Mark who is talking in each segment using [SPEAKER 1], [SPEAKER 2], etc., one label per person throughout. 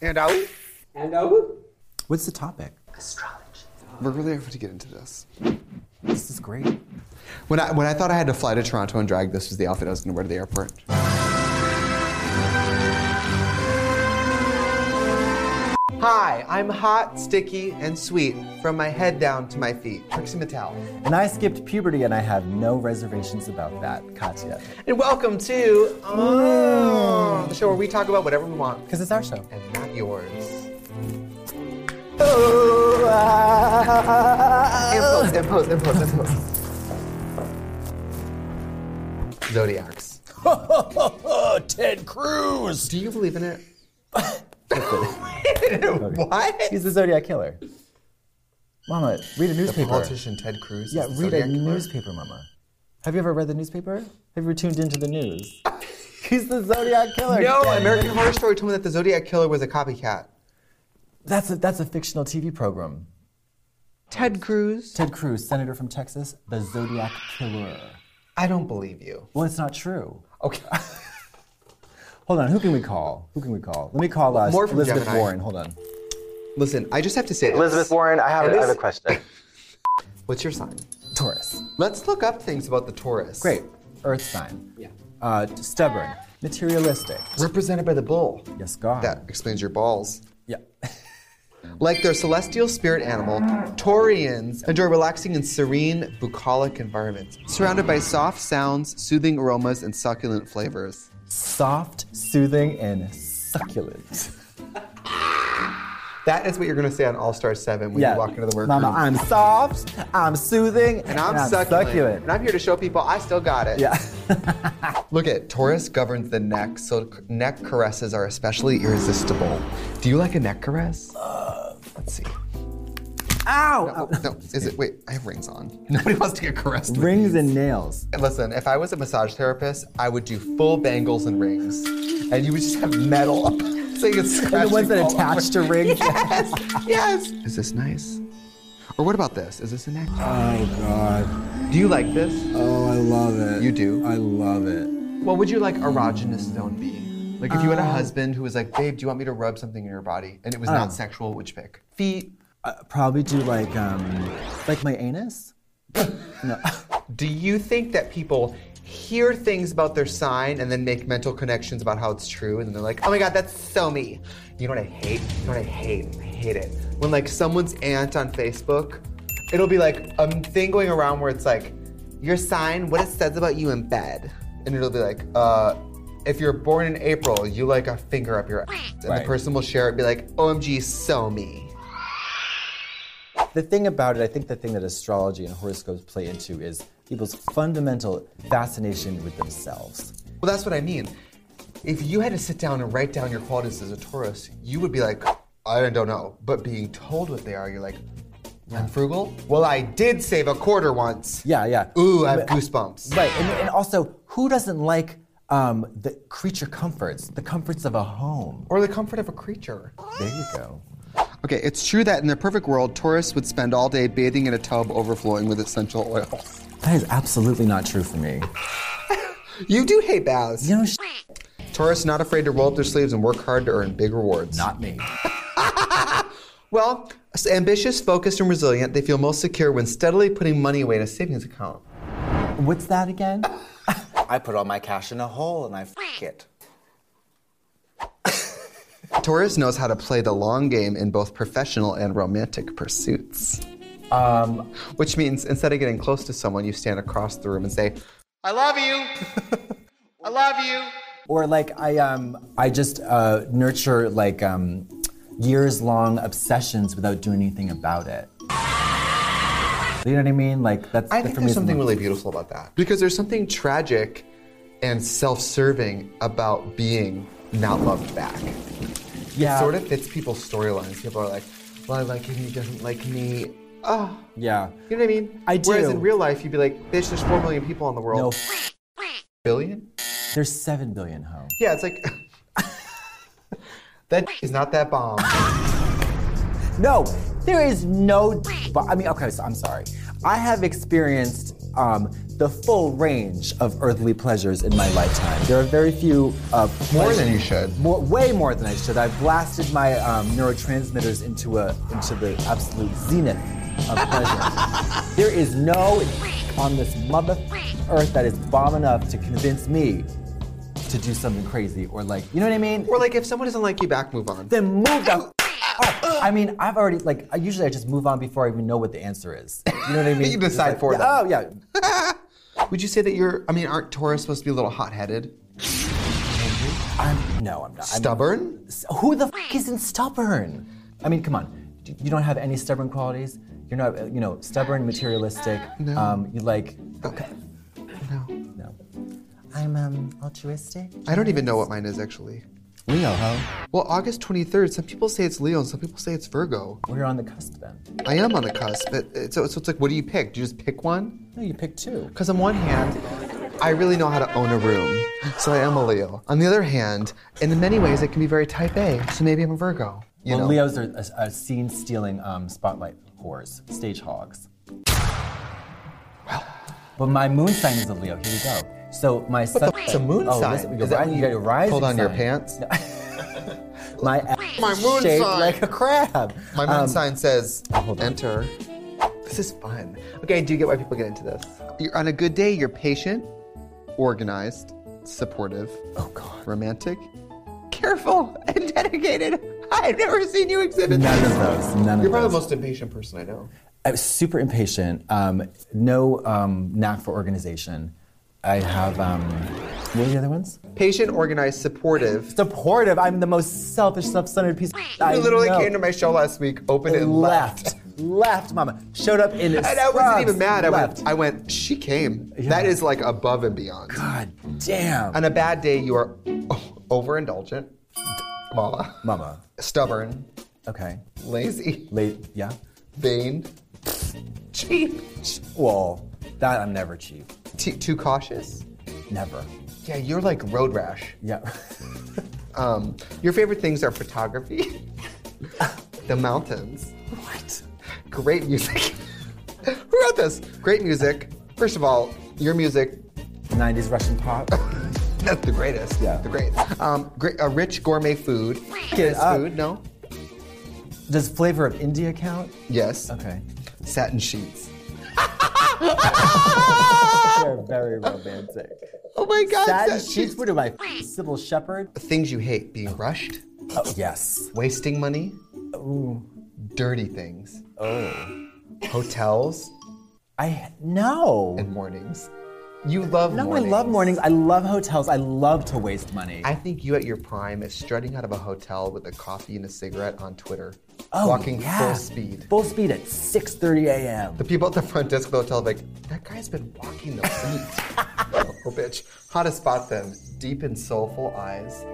[SPEAKER 1] And out.
[SPEAKER 2] And out.
[SPEAKER 3] What's the topic?
[SPEAKER 2] Astrology.
[SPEAKER 1] We're really able to get into this.
[SPEAKER 3] This is great.
[SPEAKER 1] When I, when I thought I had to fly to Toronto and drag, this was the outfit I was going to wear to the airport. Hi, I'm hot, sticky, and sweet from my head down to my feet. Trixie Mattel.
[SPEAKER 3] And I skipped puberty and I have no reservations about that, Katya.
[SPEAKER 1] And welcome to oh, the show where we talk about whatever we want
[SPEAKER 3] Because it's our show.
[SPEAKER 1] and not yours. Impulse, impulse, impulse, impulse. Zodiacs.
[SPEAKER 3] Ted Cruz!
[SPEAKER 1] Do you believe in it? What?
[SPEAKER 3] He's the Zodiac Killer. Mama, read a newspaper.
[SPEAKER 1] Politician Ted Cruz.
[SPEAKER 3] Yeah,
[SPEAKER 1] is the
[SPEAKER 3] read a
[SPEAKER 1] Zodiac killer?
[SPEAKER 3] newspaper, Mama. Have you ever read the newspaper? Have you ever tuned into the news? He's the Zodiac Killer.
[SPEAKER 1] No,
[SPEAKER 3] Ted.
[SPEAKER 1] American Horror Story told me that the Zodiac Killer was a copycat.
[SPEAKER 3] That's a, that's a fictional TV program.
[SPEAKER 1] Ted Cruz?
[SPEAKER 3] Ted Cruz, Senator from Texas, the Zodiac Killer.
[SPEAKER 1] I don't believe you.
[SPEAKER 3] Well, it's not true.
[SPEAKER 1] Okay.
[SPEAKER 3] Hold on, who can we call? Who can we call? Let me call uh,
[SPEAKER 1] More from
[SPEAKER 3] Elizabeth
[SPEAKER 1] Gemini.
[SPEAKER 3] Warren. Hold on.
[SPEAKER 1] Listen, I just have to say this.
[SPEAKER 4] Elizabeth Warren, I have,
[SPEAKER 1] It
[SPEAKER 4] I have a
[SPEAKER 1] is-
[SPEAKER 4] question.
[SPEAKER 1] What's your sign?
[SPEAKER 3] Taurus.
[SPEAKER 1] Let's look up things about the Taurus.
[SPEAKER 3] Great. Earth sign.
[SPEAKER 2] Yeah.
[SPEAKER 3] Uh, stubborn. Materialistic.
[SPEAKER 1] Represented by the bull.
[SPEAKER 3] Yes, God.
[SPEAKER 1] That explains your balls.
[SPEAKER 3] Yeah.
[SPEAKER 1] Like their celestial spirit animal, Taurians enjoy relaxing and serene bucolic environments, surrounded by soft sounds, soothing aromas, and succulent flavors.
[SPEAKER 3] Soft, soothing, and succulent.
[SPEAKER 1] That is what you're going to say on All Star 7 when you walk into the workroom.
[SPEAKER 3] Mama, I'm soft, I'm soothing,
[SPEAKER 1] and I'm, succulent. And I'm here to show people I still got it.
[SPEAKER 3] yeah.
[SPEAKER 1] Look at Taurus governs the neck, so c- neck caresses are especially irresistible. Do you like a neck caress?
[SPEAKER 3] Uh,
[SPEAKER 1] Let's see.
[SPEAKER 3] Ow!
[SPEAKER 1] Oh, no, is it? Wait, I have rings on. Nobody wants to get caressed. with these.
[SPEAKER 3] Rings and nails.
[SPEAKER 1] And Listen, if I was a massage therapist, I would do full bangles and rings, and you would just have metal up. So you could
[SPEAKER 3] And
[SPEAKER 1] scratch
[SPEAKER 3] the ones that
[SPEAKER 1] all over.
[SPEAKER 3] attach to rings.
[SPEAKER 1] Yes, yes. Is this nice? Or what about this? Is this a neck?
[SPEAKER 3] Oh, God.
[SPEAKER 1] Do you like this?
[SPEAKER 3] Oh, I love it.
[SPEAKER 1] You do?
[SPEAKER 3] I love it.
[SPEAKER 1] What would you like erogenous zone be? Like if you had a husband who was like, babe, do you want me to rub something in your body? And it was not sexual, which pick? Feet.
[SPEAKER 3] I probably do like, um, like my anus. no.
[SPEAKER 1] Do you think that people hear things about their sign and then make mental connections about how it's true and then they're like, oh my god, that's so me. You know what I hate? You know what I hate? I hate it. When like someone's aunt on Facebook, it'll be like a thing going around where it's like, your sign, what it says about you in bed. And it'll be like, uh, if you're born in April, you like a finger up your ass. And the
[SPEAKER 3] Right.
[SPEAKER 1] person will share it and be like, OMG, so me.
[SPEAKER 3] The thing about it, I think the thing that astrology and horoscopes play into is people's fundamental fascination with themselves.
[SPEAKER 1] Well, that's what I mean. If you had to sit down and write down your qualities as a Taurus, you would be like, I don't know. But being told what they are, you're like, I'm frugal? Well, I did save a quarter once.
[SPEAKER 3] Yeah, yeah.
[SPEAKER 1] Ooh, I have goosebumps.
[SPEAKER 3] Right, and, and also, who doesn't like um, the creature comforts, the comforts of a home?
[SPEAKER 1] Or the comfort of a creature.
[SPEAKER 3] There you go.
[SPEAKER 1] Okay, it's true that in the perfect world, Taurus would spend all day bathing in a tub overflowing with essential oils.
[SPEAKER 3] That is absolutely not true for me.
[SPEAKER 1] You do hate baths.
[SPEAKER 3] You know, sh-
[SPEAKER 1] Taurus not afraid to roll up their sleeves and work hard to earn big rewards.
[SPEAKER 3] not me.
[SPEAKER 1] Well, s- ambitious, focused, and resilient, they feel most secure when steadily putting money away in a savings account.
[SPEAKER 3] What's that again? I put all my cash in a hole and I f it.
[SPEAKER 1] Taurus knows how to play the long game in both professional and romantic pursuits.
[SPEAKER 3] Um,
[SPEAKER 1] Which means instead of getting close to someone, you stand across the room and say, I love you. I love you.
[SPEAKER 3] or like I um I just uh, nurture like um years long obsessions without doing anything about it. You know what I mean? Like that's
[SPEAKER 1] I
[SPEAKER 3] that
[SPEAKER 1] think
[SPEAKER 3] for me
[SPEAKER 1] there's
[SPEAKER 3] is the
[SPEAKER 1] something
[SPEAKER 3] most-
[SPEAKER 1] really beautiful about that. Because there's something tragic and self serving about being not loved back.
[SPEAKER 3] yeah,
[SPEAKER 1] Sort of fits people's storylines. People are like, well, I like him, he doesn't like me. Oh,
[SPEAKER 3] Yeah.
[SPEAKER 1] you know what I mean?
[SPEAKER 3] I
[SPEAKER 1] Whereas
[SPEAKER 3] do.
[SPEAKER 1] in real life, you'd be like, bitch, there's 4 million people in the world.
[SPEAKER 3] No,
[SPEAKER 1] Billion?
[SPEAKER 3] there's seven billion homes.
[SPEAKER 1] Yeah, it's like that is not that bomb.
[SPEAKER 3] No, there is no. But I mean, okay, so I'm sorry. I have experienced um, the full range of earthly pleasures in my lifetime. There are very few uh,
[SPEAKER 1] More than
[SPEAKER 3] pleasures-
[SPEAKER 1] you should.
[SPEAKER 3] More, way more than I should. I've blasted my um, neurotransmitters into a into the absolute zenith of pleasure. there is no on this mother earth that is bomb enough to convince me to do something crazy or like you know what I mean
[SPEAKER 1] Or like if someone doesn't like you back, move on.
[SPEAKER 3] then move the. up. I mean, I've already like. I usually I just move on before I even know what the answer is. You know what I mean?
[SPEAKER 1] You
[SPEAKER 3] Just
[SPEAKER 1] decide
[SPEAKER 3] like,
[SPEAKER 1] for
[SPEAKER 3] yeah,
[SPEAKER 1] them.
[SPEAKER 3] Oh yeah.
[SPEAKER 1] Would you say that you're? I mean, aren't Taurus supposed to be a little hot-headed,
[SPEAKER 3] I'm no, I'm not. I'm-
[SPEAKER 1] stubborn?
[SPEAKER 3] who the f- isn't stubborn? I mean, come on. D- You don't have any stubborn qualities. You're not, uh, you know, stubborn, materialistic.
[SPEAKER 1] No.
[SPEAKER 3] Um, you like,
[SPEAKER 1] Okay. No,
[SPEAKER 3] no. I'm um altruistic.
[SPEAKER 1] I don't even know what mine is actually.
[SPEAKER 3] Leo, huh?
[SPEAKER 1] Well, August 23rd. Some people say it's Leo, and some people say it's Virgo.
[SPEAKER 3] We're on the cusp then.
[SPEAKER 1] I am on the cusp, but it's, so it's like, what do you pick? Do you just pick one?
[SPEAKER 3] No, you picked two.
[SPEAKER 1] Because on one hand, I really know how to own a room, so I am a Leo. On the other hand, in many ways, it can be very type A, so maybe I'm a Virgo. You
[SPEAKER 3] well,
[SPEAKER 1] know?
[SPEAKER 3] Leos are, uh, uh, scene stealing um, spotlight whores, stage hogs. But my moon sign is a Leo. Here we go. So my sun.
[SPEAKER 1] It's a moon
[SPEAKER 3] oh,
[SPEAKER 1] sign.
[SPEAKER 3] listen, your
[SPEAKER 1] Is that
[SPEAKER 3] ri-
[SPEAKER 1] when
[SPEAKER 3] you got your rising
[SPEAKER 1] Hold on your
[SPEAKER 3] sign.
[SPEAKER 1] pants.
[SPEAKER 3] My ass
[SPEAKER 1] My moon
[SPEAKER 3] shaped
[SPEAKER 1] sign.
[SPEAKER 3] like a crab.
[SPEAKER 1] My moon
[SPEAKER 3] Um,
[SPEAKER 1] sign says
[SPEAKER 3] hold on.
[SPEAKER 1] enter. oh, This is fun. Okay, I do get why people get into this. You're on a good day, you're patient, organized, supportive,
[SPEAKER 3] Oh God.
[SPEAKER 1] romantic, careful, and dedicated. I've never seen you exhibit
[SPEAKER 3] None
[SPEAKER 1] that.
[SPEAKER 3] of those. None
[SPEAKER 1] You're
[SPEAKER 3] of
[SPEAKER 1] probably
[SPEAKER 3] those.
[SPEAKER 1] the most impatient person I know.
[SPEAKER 3] I was super impatient. Um, no um, knack for organization. I have. Um, what are the other ones?
[SPEAKER 1] Patient, organized, supportive.
[SPEAKER 3] Supportive. I'm the most selfish, self-centered piece. of I
[SPEAKER 1] You literally
[SPEAKER 3] know.
[SPEAKER 1] came to my show last week, opened it, and left.
[SPEAKER 3] left. Left, Mama. Showed up in.
[SPEAKER 1] And I wasn't even mad. I
[SPEAKER 3] left.
[SPEAKER 1] went, I went, she came. That is like above and beyond.
[SPEAKER 3] God damn.
[SPEAKER 1] On a bad day, you are o- overindulgent, mama,
[SPEAKER 3] Mama.
[SPEAKER 1] stubborn,
[SPEAKER 3] Okay.
[SPEAKER 1] lazy,
[SPEAKER 3] Late. Yeah.
[SPEAKER 1] vain, cheap,
[SPEAKER 3] Well, that I'm never cheap.
[SPEAKER 1] t- too cautious.
[SPEAKER 3] Never.
[SPEAKER 1] Yeah, you're like road rash.
[SPEAKER 3] Yeah.
[SPEAKER 1] Um, your favorite things are photography, the mountains,
[SPEAKER 3] what?
[SPEAKER 1] great music. Who wrote this? Great music. First of all, your music
[SPEAKER 3] 90s Russian pop.
[SPEAKER 1] That's the greatest.
[SPEAKER 3] Yeah.
[SPEAKER 1] The greatest. Um, great, a rich gourmet food.
[SPEAKER 3] Get
[SPEAKER 1] Nice
[SPEAKER 3] up.
[SPEAKER 1] food, no?
[SPEAKER 3] Does flavor of India count?
[SPEAKER 1] Yes.
[SPEAKER 3] Okay.
[SPEAKER 1] Satin sheets. Oh
[SPEAKER 3] They're very romantic.
[SPEAKER 1] Oh my God.
[SPEAKER 3] Satin sheets. What am I? f- Sybil Shepherd?
[SPEAKER 1] Things you hate being rushed,
[SPEAKER 3] Oh, yes.
[SPEAKER 1] wasting money, dirty things,
[SPEAKER 3] Oh.
[SPEAKER 1] hotels,
[SPEAKER 3] I no.
[SPEAKER 1] and mornings. You love
[SPEAKER 3] No,
[SPEAKER 1] mornings.
[SPEAKER 3] I love mornings. I love hotels. I love to waste money.
[SPEAKER 1] I think you at your prime is strutting out of a hotel with a coffee and a cigarette on Twitter,
[SPEAKER 3] Oh,
[SPEAKER 1] walking
[SPEAKER 3] yeah.
[SPEAKER 1] full speed.
[SPEAKER 3] Full speed at 6:30 a.m.
[SPEAKER 1] The people at the front desk of the hotel are like, that guy's been walking the feet. oh, bitch. How to spot them. Deep and soulful eyes.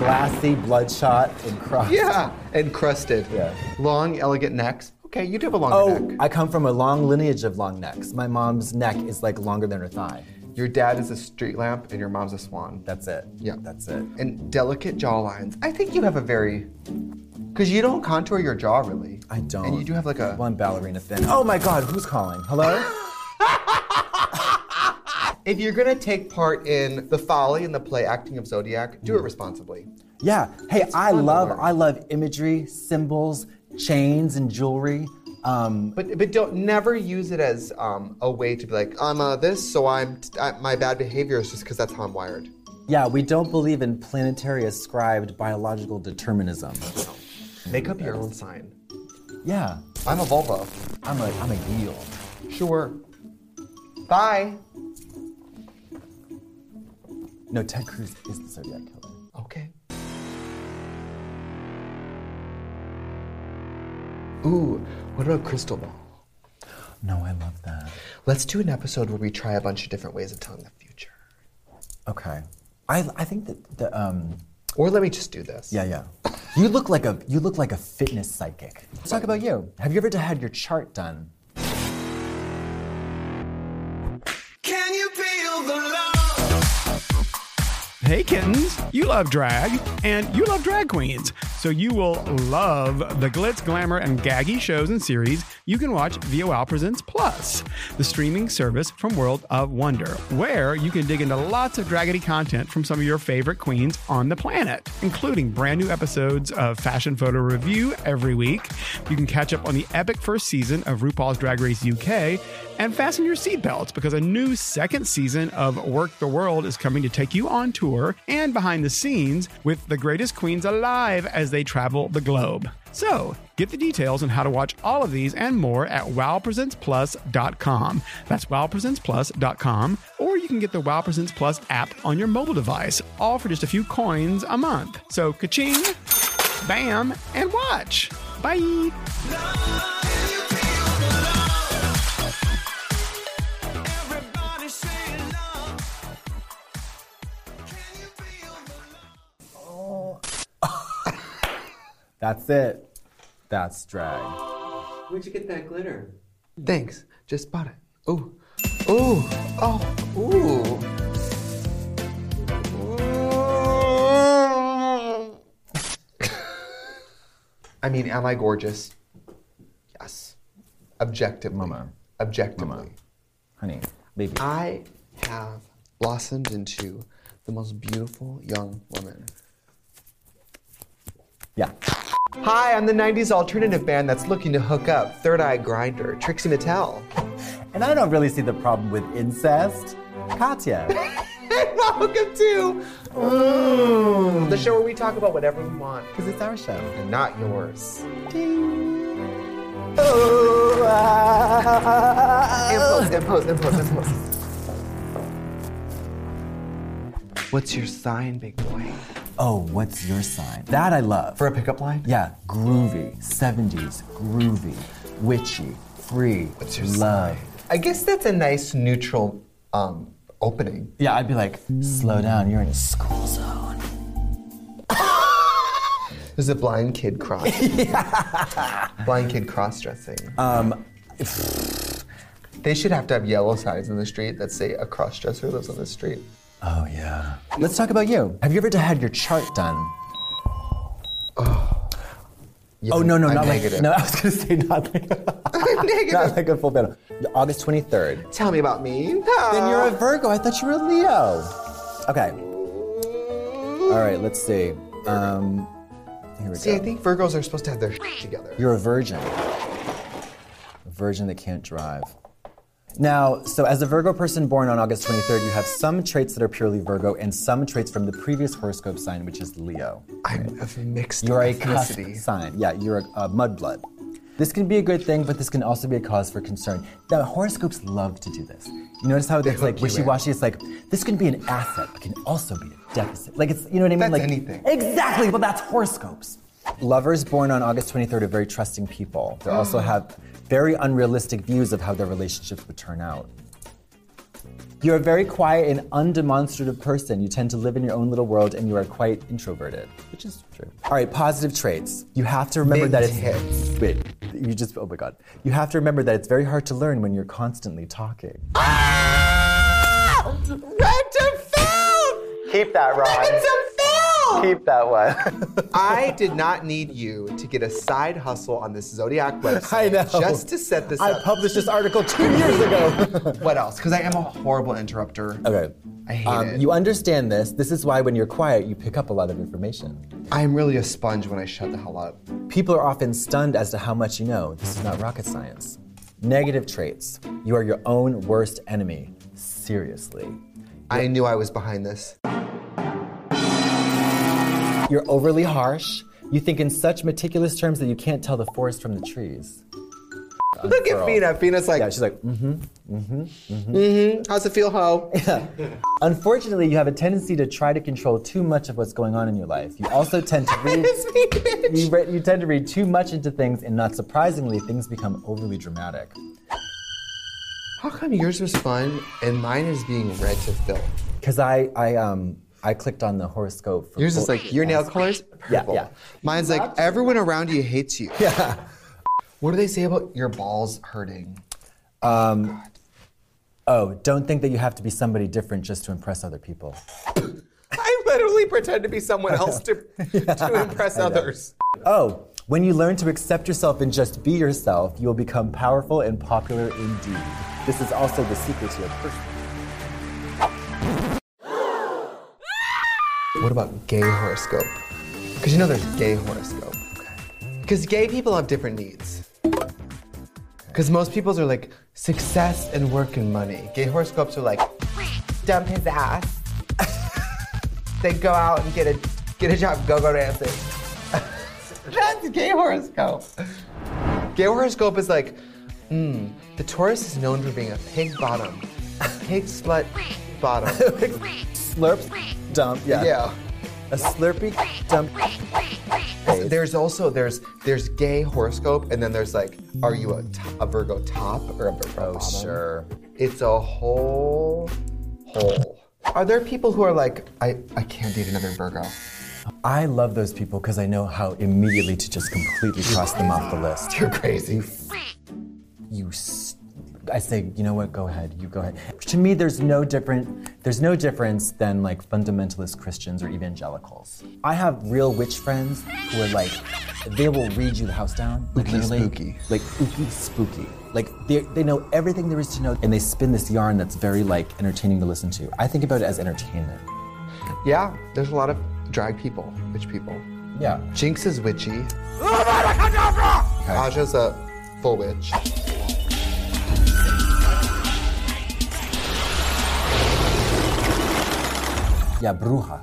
[SPEAKER 3] Glassy, bloodshot, and crossed.
[SPEAKER 1] Yeah. And crusted.
[SPEAKER 3] Yeah.
[SPEAKER 1] Long, elegant necks. Okay, you do have a long
[SPEAKER 3] Oh,
[SPEAKER 1] neck.
[SPEAKER 3] I come from a long lineage of long necks. My mom's neck is like longer than her thigh.
[SPEAKER 1] Your dad is a street lamp and your mom's a swan.
[SPEAKER 3] That's it.
[SPEAKER 1] Yeah.
[SPEAKER 3] That's it.
[SPEAKER 1] And delicate jawlines. I think you have a very. Because you don't contour your jaw really.
[SPEAKER 3] I don't.
[SPEAKER 1] And you do have like a.
[SPEAKER 3] one ballerina thin. Oh my God, who's calling? Hello?
[SPEAKER 1] If you're going to take part in the folly and the play acting of Zodiac, do it responsibly.
[SPEAKER 3] yeah. Hey, I
[SPEAKER 1] fun to
[SPEAKER 3] love
[SPEAKER 1] learn.
[SPEAKER 3] I love imagery, symbols, chains, and jewelry. Um,
[SPEAKER 1] But but don't never use it as um, a way to be like I'm uh, this, so I'm I, my bad behavior is just because that's how I'm wired.
[SPEAKER 3] yeah, we don't believe in planetary ascribed biological determinism.
[SPEAKER 1] Make up your own sign.
[SPEAKER 3] Yeah,
[SPEAKER 1] I'm a Volvo.
[SPEAKER 3] I'm a I'm a yield.
[SPEAKER 1] Sure. Bye.
[SPEAKER 3] No, Ted Cruz is the Zodiac killer.
[SPEAKER 1] Okay. Ooh, what about crystal ball?
[SPEAKER 3] No, I love that.
[SPEAKER 1] Let's do an episode where we try a bunch of different ways of telling the future.
[SPEAKER 3] Okay, I I think that the um
[SPEAKER 1] Or let me just do this.
[SPEAKER 3] yeah yeah. You look like a you look like a fitness psychic. Let's talk about you. Have you ever had your chart done?
[SPEAKER 4] Can you feel the love?
[SPEAKER 5] Hey, kittens, you love drag and you love drag queens. so you will love the glitz, glamour, and gaggy shows and series you can watch via WoW Presents Plus, the streaming service from World of Wonder, where you can dig into lots of Draggedy content from some of your favorite queens on the planet, including brand new episodes of Fashion Photo Review every week. You can catch up on the epic first season of RuPaul's Drag Race UK and fasten your seatbelts because a new second season of Work the World is coming to take you on tour and behind the scenes with the greatest queens alive as they travel the globe. So, get the details on how to watch all of these and more at wowpresentsplus.com. That's wowpresentsplus.com, or you can get the Wow Presents Plus app on your mobile device, all for just a few coins a month. So, ka-ching, bam, and watch. Bye.
[SPEAKER 4] Can you feel the love? Everybody saying love. Can you feel the love?
[SPEAKER 3] That's it. That's drag.
[SPEAKER 2] Where'd you get that glitter?
[SPEAKER 1] Thanks. Just bought it. Ooh. Ooh. Oh. Ooh. I mean, am I gorgeous? Yes. Objectively.
[SPEAKER 3] Mama.
[SPEAKER 1] Objectively.
[SPEAKER 3] Honey, baby.
[SPEAKER 1] I have blossomed into the most beautiful young woman.
[SPEAKER 3] Yeah.
[SPEAKER 1] Hi, I'm the 90s alternative band that's looking to hook up. Third Eye Grinder, Trixie Mattel.
[SPEAKER 3] And I don't really see the problem with incest. Katya.
[SPEAKER 1] And welcome to Ooh, the show where we talk about whatever we want,
[SPEAKER 3] Because it's our show.
[SPEAKER 1] and not yours.
[SPEAKER 3] Oh, ah.
[SPEAKER 1] Impulse, impulse, impulse, impulse. What's your sign, big boy?
[SPEAKER 3] Oh, what's your sign? That I love.
[SPEAKER 1] For a pickup line?
[SPEAKER 3] Yeah, groovy, 70s, groovy, witchy, free,
[SPEAKER 1] What's your
[SPEAKER 3] love.
[SPEAKER 1] I guess that's a nice neutral um, opening.
[SPEAKER 3] Yeah, I'd be like, slow down, you're in a school zone.
[SPEAKER 1] There's a blind kid cross. Blind kid cross dressing.
[SPEAKER 3] Um,
[SPEAKER 1] They should have to have yellow signs in the street that say a cross dresser lives on the street.
[SPEAKER 3] oh yeah. Let's talk about you. Have you ever had your chart done?
[SPEAKER 1] Yeah,
[SPEAKER 3] Oh no, no,
[SPEAKER 1] I'm
[SPEAKER 3] not
[SPEAKER 1] negative.
[SPEAKER 3] like no. I was gonna say not like
[SPEAKER 1] I'm negative.
[SPEAKER 3] not like a full battle. August 23rd.
[SPEAKER 1] Tell me about me. Ah.
[SPEAKER 3] Then you're a Virgo. I thought you were a Leo. Okay. All right. Let's see. Um, here we
[SPEAKER 1] See, I
[SPEAKER 3] go.
[SPEAKER 1] think Virgos are supposed to have their shit together.
[SPEAKER 3] You're a virgin. A virgin that can't drive. Now, so as a Virgo person born on August 23rd, you have some traits that are purely Virgo and some traits from the previous horoscope sign, which is Leo.
[SPEAKER 1] I'm of mixed
[SPEAKER 3] You're a cusp
[SPEAKER 1] ethnicity.
[SPEAKER 3] sign. Yeah, you're a, a mudblood. This can be a good thing, but this can also be a cause for concern. The horoscopes love to do this. You notice how it's
[SPEAKER 1] hook
[SPEAKER 3] like
[SPEAKER 1] you in.
[SPEAKER 3] wishy-washy. It's like this can be an asset, but can also be a deficit. Like it's you know what I mean?
[SPEAKER 1] That's
[SPEAKER 3] like
[SPEAKER 1] anything.
[SPEAKER 3] Exactly. Well, that's horoscopes. Lovers born on August 23rd are very trusting people. They also have very unrealistic views of how their relationships would turn out. You're a very quiet and undemonstrative person. You tend to live in your own little world and you are quite introverted, which is true. All right, positive traits. You have to remember that it's
[SPEAKER 1] Mid-hits.
[SPEAKER 3] wait, you just oh my god. You have to remember that it's very hard to learn when you're constantly talking. Keep that Ron. Keep that one.
[SPEAKER 1] I did not need you to get a side hustle on this Zodiac website
[SPEAKER 3] I know.
[SPEAKER 1] just to set this
[SPEAKER 3] I
[SPEAKER 1] up.
[SPEAKER 3] published this article two years ago.
[SPEAKER 1] what else? Because I am a horrible interrupter.
[SPEAKER 3] okay.
[SPEAKER 1] I hate
[SPEAKER 3] Um,
[SPEAKER 1] it.
[SPEAKER 3] you understand this. This is why when you're quiet, you pick up a lot of information.
[SPEAKER 1] I am really a sponge when I shut the hell up.
[SPEAKER 3] People are often stunned as to how much you know. This is not rocket science. Negative traits. You are your own worst enemy. Seriously.
[SPEAKER 1] I knew I was behind this.
[SPEAKER 3] You're overly harsh. You think in such meticulous terms that you can't tell the forest from the trees.
[SPEAKER 1] Look at
[SPEAKER 3] Girl.
[SPEAKER 1] Fina. Fina's like,
[SPEAKER 3] Yeah, she's like, mm.
[SPEAKER 1] how's it feel, ho?
[SPEAKER 3] unfortunately, you have a tendency to try to control too much of what's going on in your life. You also tend to read.
[SPEAKER 1] it's me, bitch.
[SPEAKER 3] You, re- you tend to read too much into things, and not surprisingly, things become overly dramatic.
[SPEAKER 1] How come yours was fun and mine is being read to filth?
[SPEAKER 3] Because I, I, um, I clicked on the horoscope. For
[SPEAKER 1] Yours is
[SPEAKER 3] full-
[SPEAKER 1] like your nail colors purple.
[SPEAKER 3] yeah.
[SPEAKER 1] Mine's like everyone around you hates you. Yeah. What do they say about your balls hurting?
[SPEAKER 3] Oh, don't think that you have to be somebody different just to impress other people.
[SPEAKER 1] I literally pretend to be someone else to, to impress others.
[SPEAKER 3] Oh, when you learn to accept yourself and just be yourself, you will become powerful and popular indeed. This is also the secret to your personal.
[SPEAKER 1] What about gay horoscope? Because you know there's gay horoscope. Because gay people have different needs. Because most people's are like success and work and money. Gay horoscopes are like dump his ass. they go out and get a get a job, go go dancing. That's gay horoscope. Gay horoscope is like, hmm, the Taurus is known for being a pig bottom, pig slut bottom.
[SPEAKER 3] Slurp, dump, yeah.
[SPEAKER 1] yeah.
[SPEAKER 3] A slurpy dump. face.
[SPEAKER 1] There's also there's there's gay horoscope and then there's like are you a, t- a Virgo top or a Virgo
[SPEAKER 3] Oh,
[SPEAKER 1] bottom?
[SPEAKER 3] sure.
[SPEAKER 1] It's a whole whole. Are there people who are like I I can't date another Virgo?
[SPEAKER 3] I love those people because I know how immediately to just completely cross them off the list.
[SPEAKER 1] You're crazy.
[SPEAKER 3] you s- I say, you know what? Go ahead. You go ahead. To me, there's no different. There's no difference than like fundamentalist Christians or evangelicals. I have real witch friends who are like, they will read you the house down. Like,
[SPEAKER 1] Ooky
[SPEAKER 3] literally,
[SPEAKER 1] spooky.
[SPEAKER 3] Like ooky spooky. Like they they know everything there is to know, and they spin this yarn that's very like entertaining to listen to. I think about it as entertainment.
[SPEAKER 1] Yeah, there's a lot of drag people, witch people.
[SPEAKER 3] Yeah.
[SPEAKER 1] Jinx is witchy. Aja's a full witch.
[SPEAKER 3] Yeah. Bruja.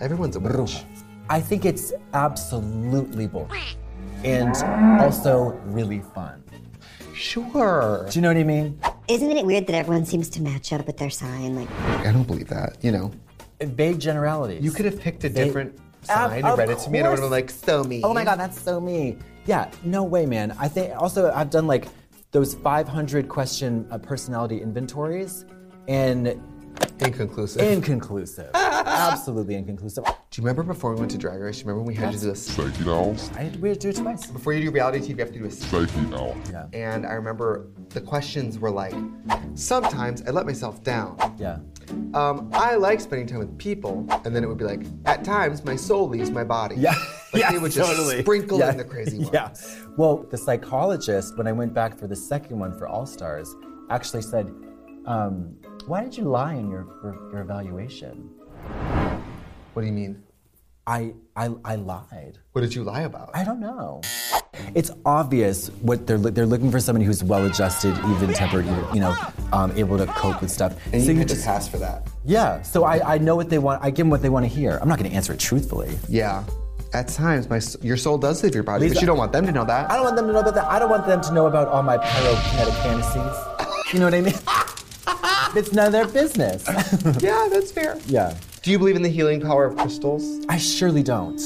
[SPEAKER 1] Everyone's a witch.
[SPEAKER 3] I think it's absolutely bullshit, and also really fun.
[SPEAKER 1] Sure.
[SPEAKER 3] Do you know what I mean?
[SPEAKER 6] Isn't it weird that everyone seems to match up with their sign? Like,
[SPEAKER 1] I don't believe that. You know.
[SPEAKER 3] Vague generalities.
[SPEAKER 1] You could have picked a different
[SPEAKER 3] Of-
[SPEAKER 1] sign and
[SPEAKER 3] of
[SPEAKER 1] read it to me, and I would
[SPEAKER 3] course.
[SPEAKER 1] have been like, so me.
[SPEAKER 3] Oh my god, that's so me. Yeah, no way, man. I think also I've done like those 500 question uh, personality inventories, and
[SPEAKER 1] Inconclusive.
[SPEAKER 3] inconclusive. Absolutely inconclusive.
[SPEAKER 1] do you remember before we went to Drag Race? Do you remember when we had to do this?
[SPEAKER 7] Take it out.
[SPEAKER 3] I we had to do it twice.
[SPEAKER 1] Before you do reality TV, you have to do a s-
[SPEAKER 7] Take it out.
[SPEAKER 3] Yeah,
[SPEAKER 1] And I remember the questions were like, sometimes I let myself down.
[SPEAKER 3] yeah.
[SPEAKER 1] Um, I like spending time with people. And then it would be like, at times my soul leaves my body.
[SPEAKER 3] Yeah.
[SPEAKER 1] Like
[SPEAKER 3] yeah,
[SPEAKER 1] they would just
[SPEAKER 3] totally.
[SPEAKER 1] sprinkle
[SPEAKER 3] Yeah.
[SPEAKER 1] in the crazy ones.
[SPEAKER 3] Yeah. Well, the psychologist, when I went back for the second one for All Stars, actually said, um, "Why did you lie in your your, your evaluation?"
[SPEAKER 1] What do you mean?
[SPEAKER 3] I I I lied.
[SPEAKER 1] What did you lie about?
[SPEAKER 3] I don't know. It's obvious what they're loo- they're looking for somebody who's well-adjusted, even-tempered, even- you know, um, able to cope with stuff.
[SPEAKER 1] and
[SPEAKER 3] so
[SPEAKER 1] you, had to pass for that.
[SPEAKER 3] yeah. So I, I know what they want. I give them what they want to hear. I'm not going to answer it truthfully.
[SPEAKER 1] Yeah. At times, my s- your soul does leave your body, but
[SPEAKER 3] Lisa-
[SPEAKER 1] you don't want them to know that.
[SPEAKER 3] I don't want them to know about that. I don't want them to know about all my pyrokinetic fantasies. You know what I mean? it's none of their business.
[SPEAKER 1] yeah, that's fair.
[SPEAKER 3] yeah.
[SPEAKER 1] Do you believe in the healing power of crystals?
[SPEAKER 3] I surely don't.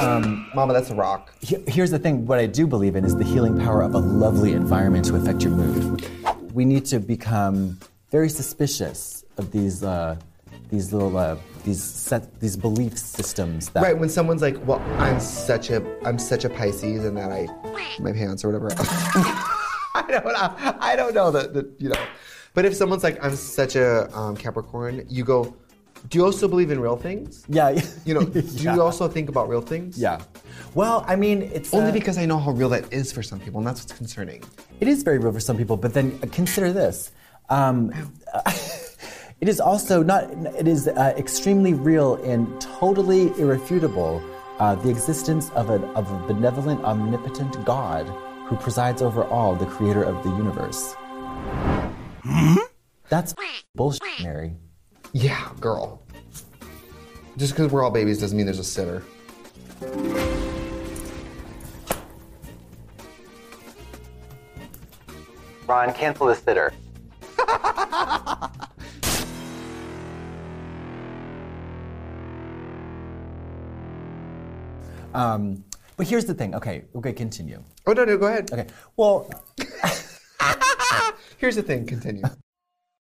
[SPEAKER 3] Um,
[SPEAKER 1] Mama, that's a rock.
[SPEAKER 3] He- Here's the thing what I do believe in is the healing power of a lovely environment to affect your mood. We need to become very suspicious of these uh, these little uh, these set these belief systems that
[SPEAKER 1] Right when someone's like, "Well, I'm such a I'm such a Pisces," and that I my pants or whatever. I don't know. I don't know that that you know. But if someone's like, "I'm such a um, Capricorn," you go, "Do you also believe in real things?"
[SPEAKER 3] yeah yeah.
[SPEAKER 1] You know, do
[SPEAKER 3] yeah.
[SPEAKER 1] you also think about real things?
[SPEAKER 3] yeah. Well, I mean, it's
[SPEAKER 1] Only
[SPEAKER 3] uh,
[SPEAKER 1] because I know how real that is for some people, and that's what's concerning.
[SPEAKER 3] It is very real for some people, but then uh, consider this. Um, it is also not, it is uh, extremely real and totally irrefutable uh, the existence of, an, of a benevolent, omnipotent God who presides over all, the creator of the universe. That's bullshit, Mary.
[SPEAKER 1] Yeah, girl. Just because we're all babies doesn't mean there's a sinner.
[SPEAKER 3] Ron, cancel this sitter. um, but here's the thing. Okay, okay, continue.
[SPEAKER 1] Oh no, no, go ahead.
[SPEAKER 3] Okay. Well,
[SPEAKER 1] Here's the thing. Continue.